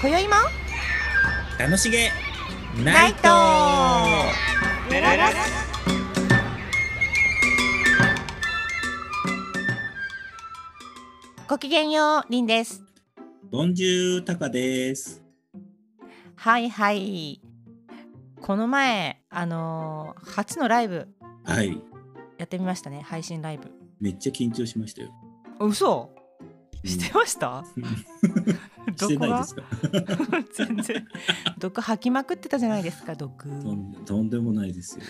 今宵も楽しげナナイイトトごきげんようりんですボンジュータカです。はいはいこの前あのー初のライブはい。やってみましたね配信ライブめっちゃ緊張しましたよ。あ嘘うんしてました、 しどてこないがですか 全然毒吐きまくってたじゃないですか毒とんとんでもないですよ。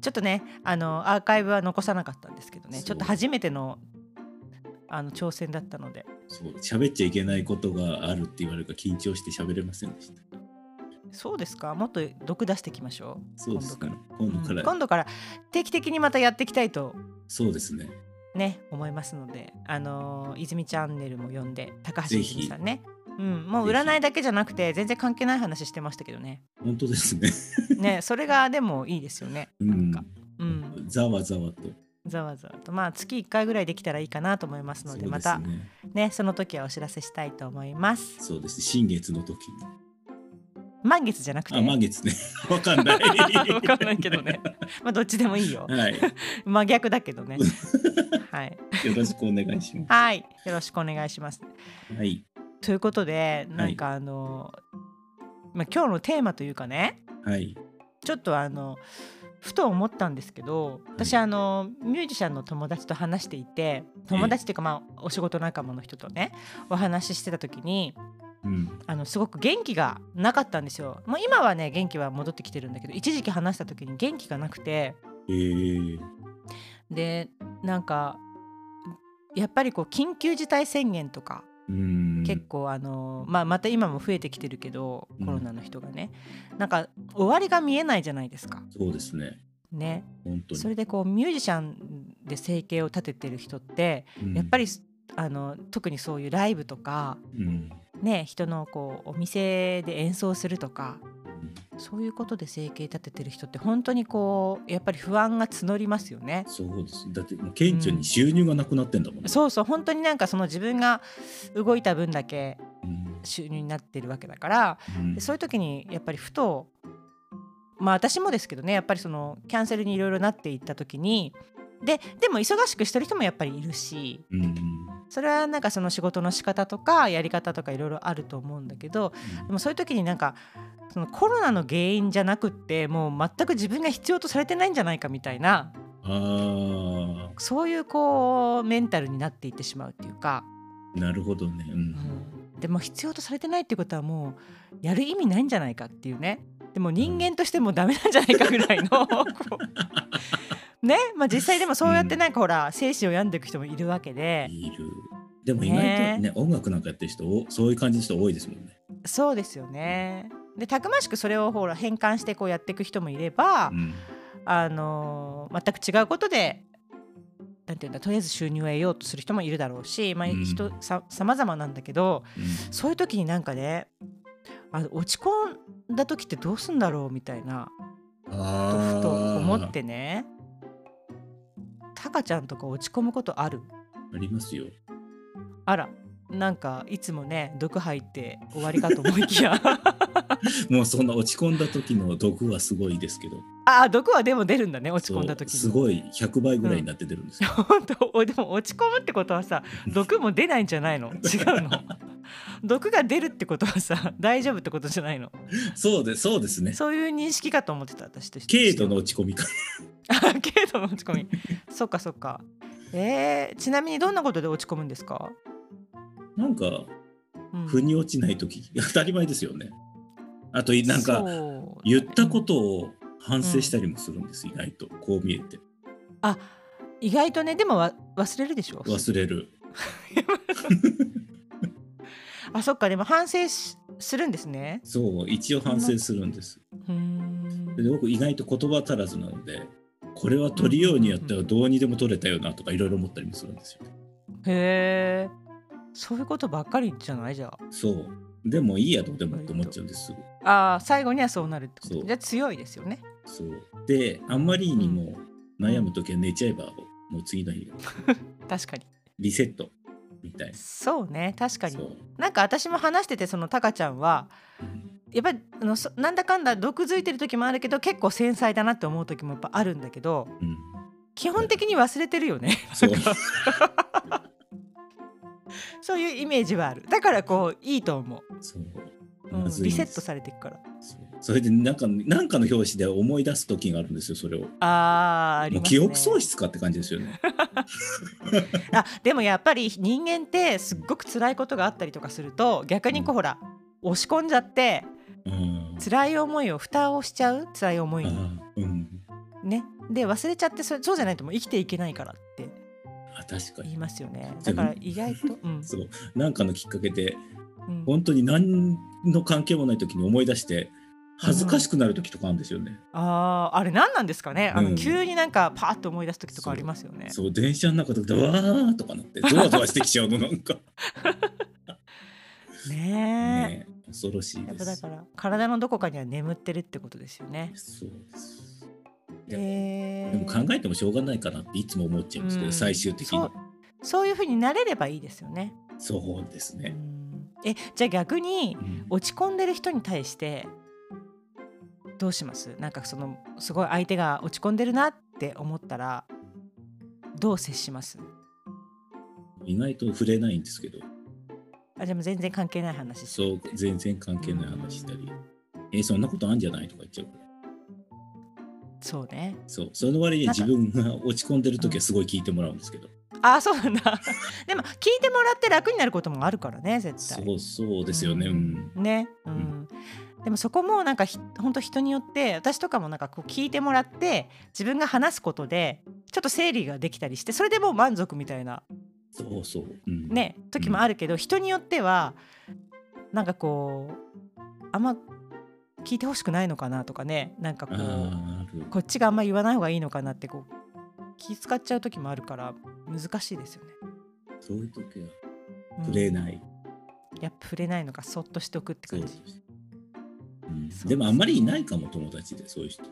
ちょっとねあのアーカイブは残さなかったんですけどねそうちょっと初めてのあの挑戦だったのでそう喋っちゃいけないことがあるって言われるから緊張して喋れませんでした。そうですかもっと毒出していきましょそうですかね。今う度から、うん今度から定期的にまたやっていきたいとそうですね。ね思いますのであのー泉チャンネルも呼んで高橋ぜいひずみさんねうん、もうぜひ占いだけじゃなくて全然関係ない話してましたけどね本当です ね。 ねそれがでもいいですよねうん。うんざわざわと。ざわざわとまあ月1回ぐらいできたらいいかなと思いますのそうででますたね。ねその時はお知らせしたいと思いますそうです。新月の時に。満月じゃなくてあ、満 月ね。わかんない。わかんないけど ね。まあどっちでもいいよはい。真逆だけど ねはいよろしくお願いしまはいよろしくお願いしますす。はい。ということでなんかあの、まあ、今日のテーマというかねはい。ちょっとあのふと思ったんですけど私あのミュージシャンの友達と話していて友達っていうかまあお仕事仲間の人とねお話ししてた時にうん。あのすごく元気がなかったんですよ。もう今はね元気は戻ってきてるんだけど一時期話した時に元気がなくてえー。でなんかやっぱりこう緊急事態宣言とか、うん。結構あの、まあ、また今も増えてきてるけどうんコロナの人がね、なんか終わりが見えないじゃないですか。そうですね。ね、本当に。それでこうミュージシャンで生計を立ててる人ってうんやっぱり、あの特にそういうライブとか、うん。ね、人のこうお店で演奏するとかそういうことで生計立ててる人って本当にこうやっぱり不安が募りますよね。そうです。だって、もう顕著に収入がなくなってんだもん。そうそう本当になんかその自分が動いた分だけうん。収入になってるわけだからうんでそういう時にやっぱりふとまあ私もですけどねやっぱりそのキャンセルにいろいろなっていった時にででも忙しくしてる人もやっぱりいるしうん。うんそれはなんかその仕事の仕方とかやり方とかいろいろあると思うんだけどでもそういう時になんかそのコロナの原因じゃなくってもう全く自分が必要とされてないんじゃないかみたいなあそういうこうメンタルになっていってしまうっていうか。あ、なるほどね。うん。でも必要とされてないってことはもうやる意味ないんじゃないかっていうねでも人間としてもダメなんじゃないかぐらいのこうねまあ実際でもそうやってなんかほら精神を病んでいく人もいるわけでいる。でも意外とね、音楽なんかやってる人、おそういう感じの人多いですもんね。そうですよね。でたくましくそれをほら変換してこうやっていく人もいれば、うん。あのー全く違うことで。なんていうんだとりあえず収入を得ようとする人もいるだろうし、まあ、うん人さ様々なんだけど、うんそういう時になんかねあの落ち込んだ時ってどうすんだろうみたいなとああ。ふと思っ。てねタカちゃんとか落ち込むことあるありますよ。あらなんかいつもね毒吐いて終わりかと思いき やもうそんな落ち込んだ時の毒はすごいですけど。あ毒はでも出るんだね落ち込んだそう時すいごい100倍ぐらいになって出るん ですよ。本当おでも落ち込むってことはさ毒も出ないんじゃないの違う の毒が出るってことはさ大丈夫ってことじゃないのそうです、そうですね。そういう認識かと思ってた私として軽度の落ち込みか。 あ 軽度の落ち込みそっかそっかえー、ちなみにどんなことで落ち込むんですか、なんか、うん腑に落ちない時 当たり前ですよね。あといなんそうかだね言ったことを反省したりもするんです、意外とこう見えてあ意外とねでもわ忘れるでしょ忘れるあそっかでも反省しするんですねそう一応反省するんですうーんで僕意外と言葉足らずなのでこれは取りようによってはどうにでも取れたよなとかいろいろ思ったりもするんですよへえそういうことばっかりじゃないじゃそうでもいいやどうでもって思っちゃうんですああー最後にはそうなるってこそとうじゃあ強いですよねそうであんまりにも悩む時は寝ちゃえばもう次の日確かにリセットみたいそうね確かな。にう。なんか私も話しててそのタカちゃんはやっぱりあのそなんだかんだ毒づいてる時もあるけど結構繊細だなって思う時もやっぱあるんだけどうん、基本的に忘れてるよ ねそうそういうイメージはあるだからこういいと思そうう、うん、まリずいんセでットすされていくからそうそれでなんかなんかの表紙で思い出す時があるんですよそれを。あーありもうます、ね、記憶喪失かって感じですよね。あでもやっぱり人間ってすっごく辛いことがあったりとかすると逆にこうほら押し込んじゃってうん辛い思いを蓋をしちゃう辛い思いにあーうん、ねで忘れちゃってそれそうじゃないともう生きていけないからってあ確か言にいますよねじだゃからあ意外と、うんそうなんかのきっかけでうん、本当に何の関係もない時に思い出して恥ずかしくなる時とかあるんですよね。あーあれ何なんですかねあうのん急になんかパーッと思い出す時とかありますよね。そう電車の中とかでわーとかなってゾワゾワしてき ちゃうのなんかねねえ恐ろしいえやっでぱだすか。ら体のどこかには眠ってるってことですよね。そうです。いやえでも考えてもしょうがないかなっていつも思っちゃうんですけど、うん最終的にそうそういうふうになれればいいですよね。そうですうね。んえじゃあ逆にうん落ち込んでる人に対してどうしますなんかそのすごい相手が落ち込んでるなって思ったらどう接します意外と触れないんですけど、あでも全然関係ない話ですそう全然関係ない話したり、えそんなことあんじゃないとか言っちゃうから。そうねそう、その割になん自か分が落ち込んでる時はすごい聞いてもらうんですけど、あそうなんだでも聞いてもらって楽になることもあるからね絶対そうそうですよね。うん。ね、うんでもそこもなんかひ本当人によって私とかもなんかこう聞いてもらって自分が話すことでちょっと整理ができたりしてそれでもう満足みたいなそうそう。うん、ね時もあるけど、人によってはなんかこうあんま聞いてほしくないのかなとかねなんかこうあーある。こっちがあんま言わない方がいいのかなってこう気使っちゃう時もあるから難しいですよね。そういう時はうん触れない。やっぱ触れないのかそっとしておくってそう感でじす。うんそうでもあんまりいないかも友達でそういう人。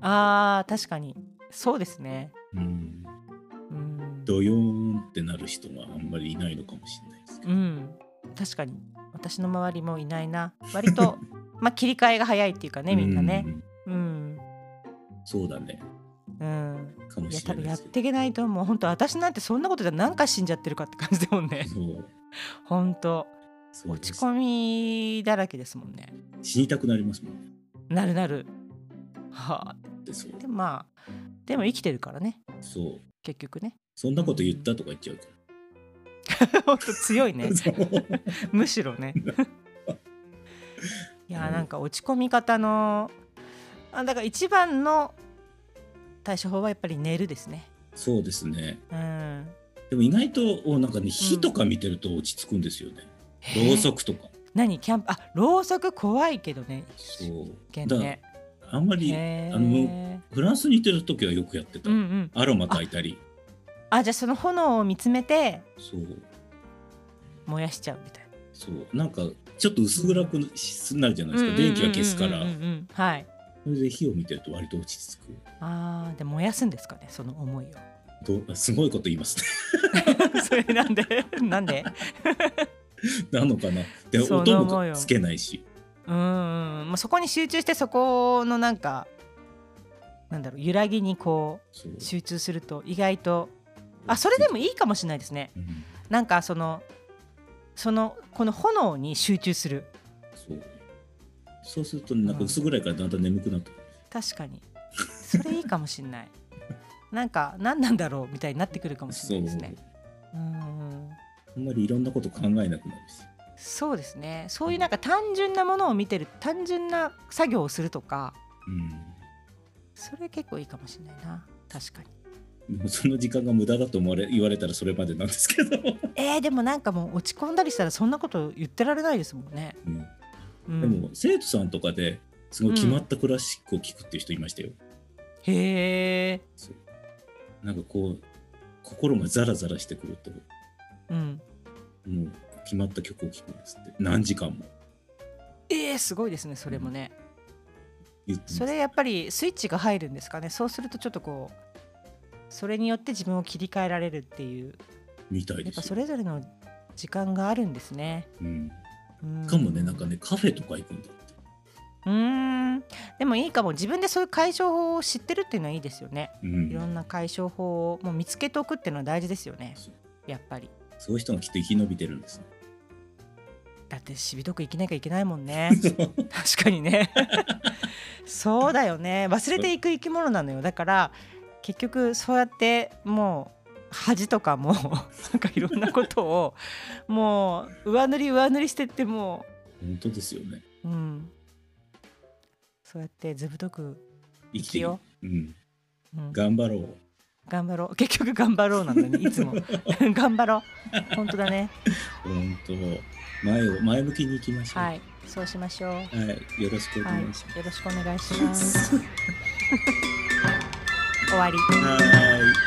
あー確かにそうですねうん。うん、ドヨーンってなる人があんまりいないのかもしれないですけど。うん、確かに私の周りもいないな割 とまあ切り替えが早いっていうかねみんなねうううんそうだね。うん、かもいやし多分れないでやっすけど。ていけないと思う本当私なんてそんなことで何回死んじゃってるかって感じだもんねそう。本当そうです落ち込みだらけですもんね死にたくなりますもん。なるなるはあでそう。でもまあでも生きてるからねそう。結局ね そんなこと言ったとか言っちゃうか本当強 いねら。そうむしろ ねいやーなんか落ち込み方のあだから一番の対処法はやっぱり寝るですねそうですね。うんでも意外とおなんかね火とか見てると落ち着くんですよね。ろうそくとか。何キャンプあろうそく怖いけどねそう。現だからねあんまりへーあのフランスに行ってる時はよくやってたうんう。んアロマ炊いたり。あじゃあその炎を見つめてそう。燃やしちゃうみたいなそうなんかちょっと薄暗くなるじゃないですか、電気は消すからうんうんうんうんうんはいそれで火を見てると割と落ち着くあーで燃やすんですかねその 思いをどうあすごいこと言いますね それなんで なんでなのかなでそう音思うよもつけないしうんうんうん、まあ、そこに集中してそこのなんかなんだろう揺らぎにこそうう集中すると意外とあそれでもいいかもしれないですねうんなんかそのそのこの炎に集中するそうそうするとねなんか薄暗いからだんだん眠くなってくる、確かにそれいいかもしれないなんか何なんだろうみたいになってくるかもしそれうないですねうんうんあんまりいろんなこと考えなくなるしそうですねそういうなんか単純なものを見てる単純な作業をするとかそれ結構いいかもしれないな確かに。うんでもその時間が無駄だと思われ 言われたらそれまでなんですけど、えー、でもなんかもう落ち込んだりしたらそんなこと言ってられないですもんね。うんうん、でも生徒さんとかですごい決まったクラシックを聴くっていう人いましたよ、へえ、なんかこう心がザラザラしてくるとうん、もう決まった曲を聴くんですって何時間もえー、すごいですねそれもね。言ってますそれやっぱりスイッチが入るんですかねそうするとちょっとこうそれによって自分を切り替えられるっていうみたいやでっぱすそよ。れぞれの時間があるんですね。うん、うんしかもねなんかねカフェとか行くんだってうーんでもいいかも自分でそういう解消法を知ってるっていうのはいいですよね。ういろん、んな解消法をもう見つけておくっていうのは大事ですよねそうやっぱり。そういう人がきっと生き延びてるんです ね。だってしびとく生きなきゃいけないもんねそう確かにねそうだよね忘れていく生き物なのよだから結局そうやってもう恥とかも なんかいろんなことをもう上塗り上塗りしてっても本当ですよね。う、うん、そうやってずぶとく、生きて生る。うん、うん、頑張ろう。頑張ろう 結局頑張ろうなのにいつも 頑張ろう本当だね本当前を前向きに行きましょう。はいそうしましょうははい、よろしくお願いしいよろしくお願いしまますす。終わりはい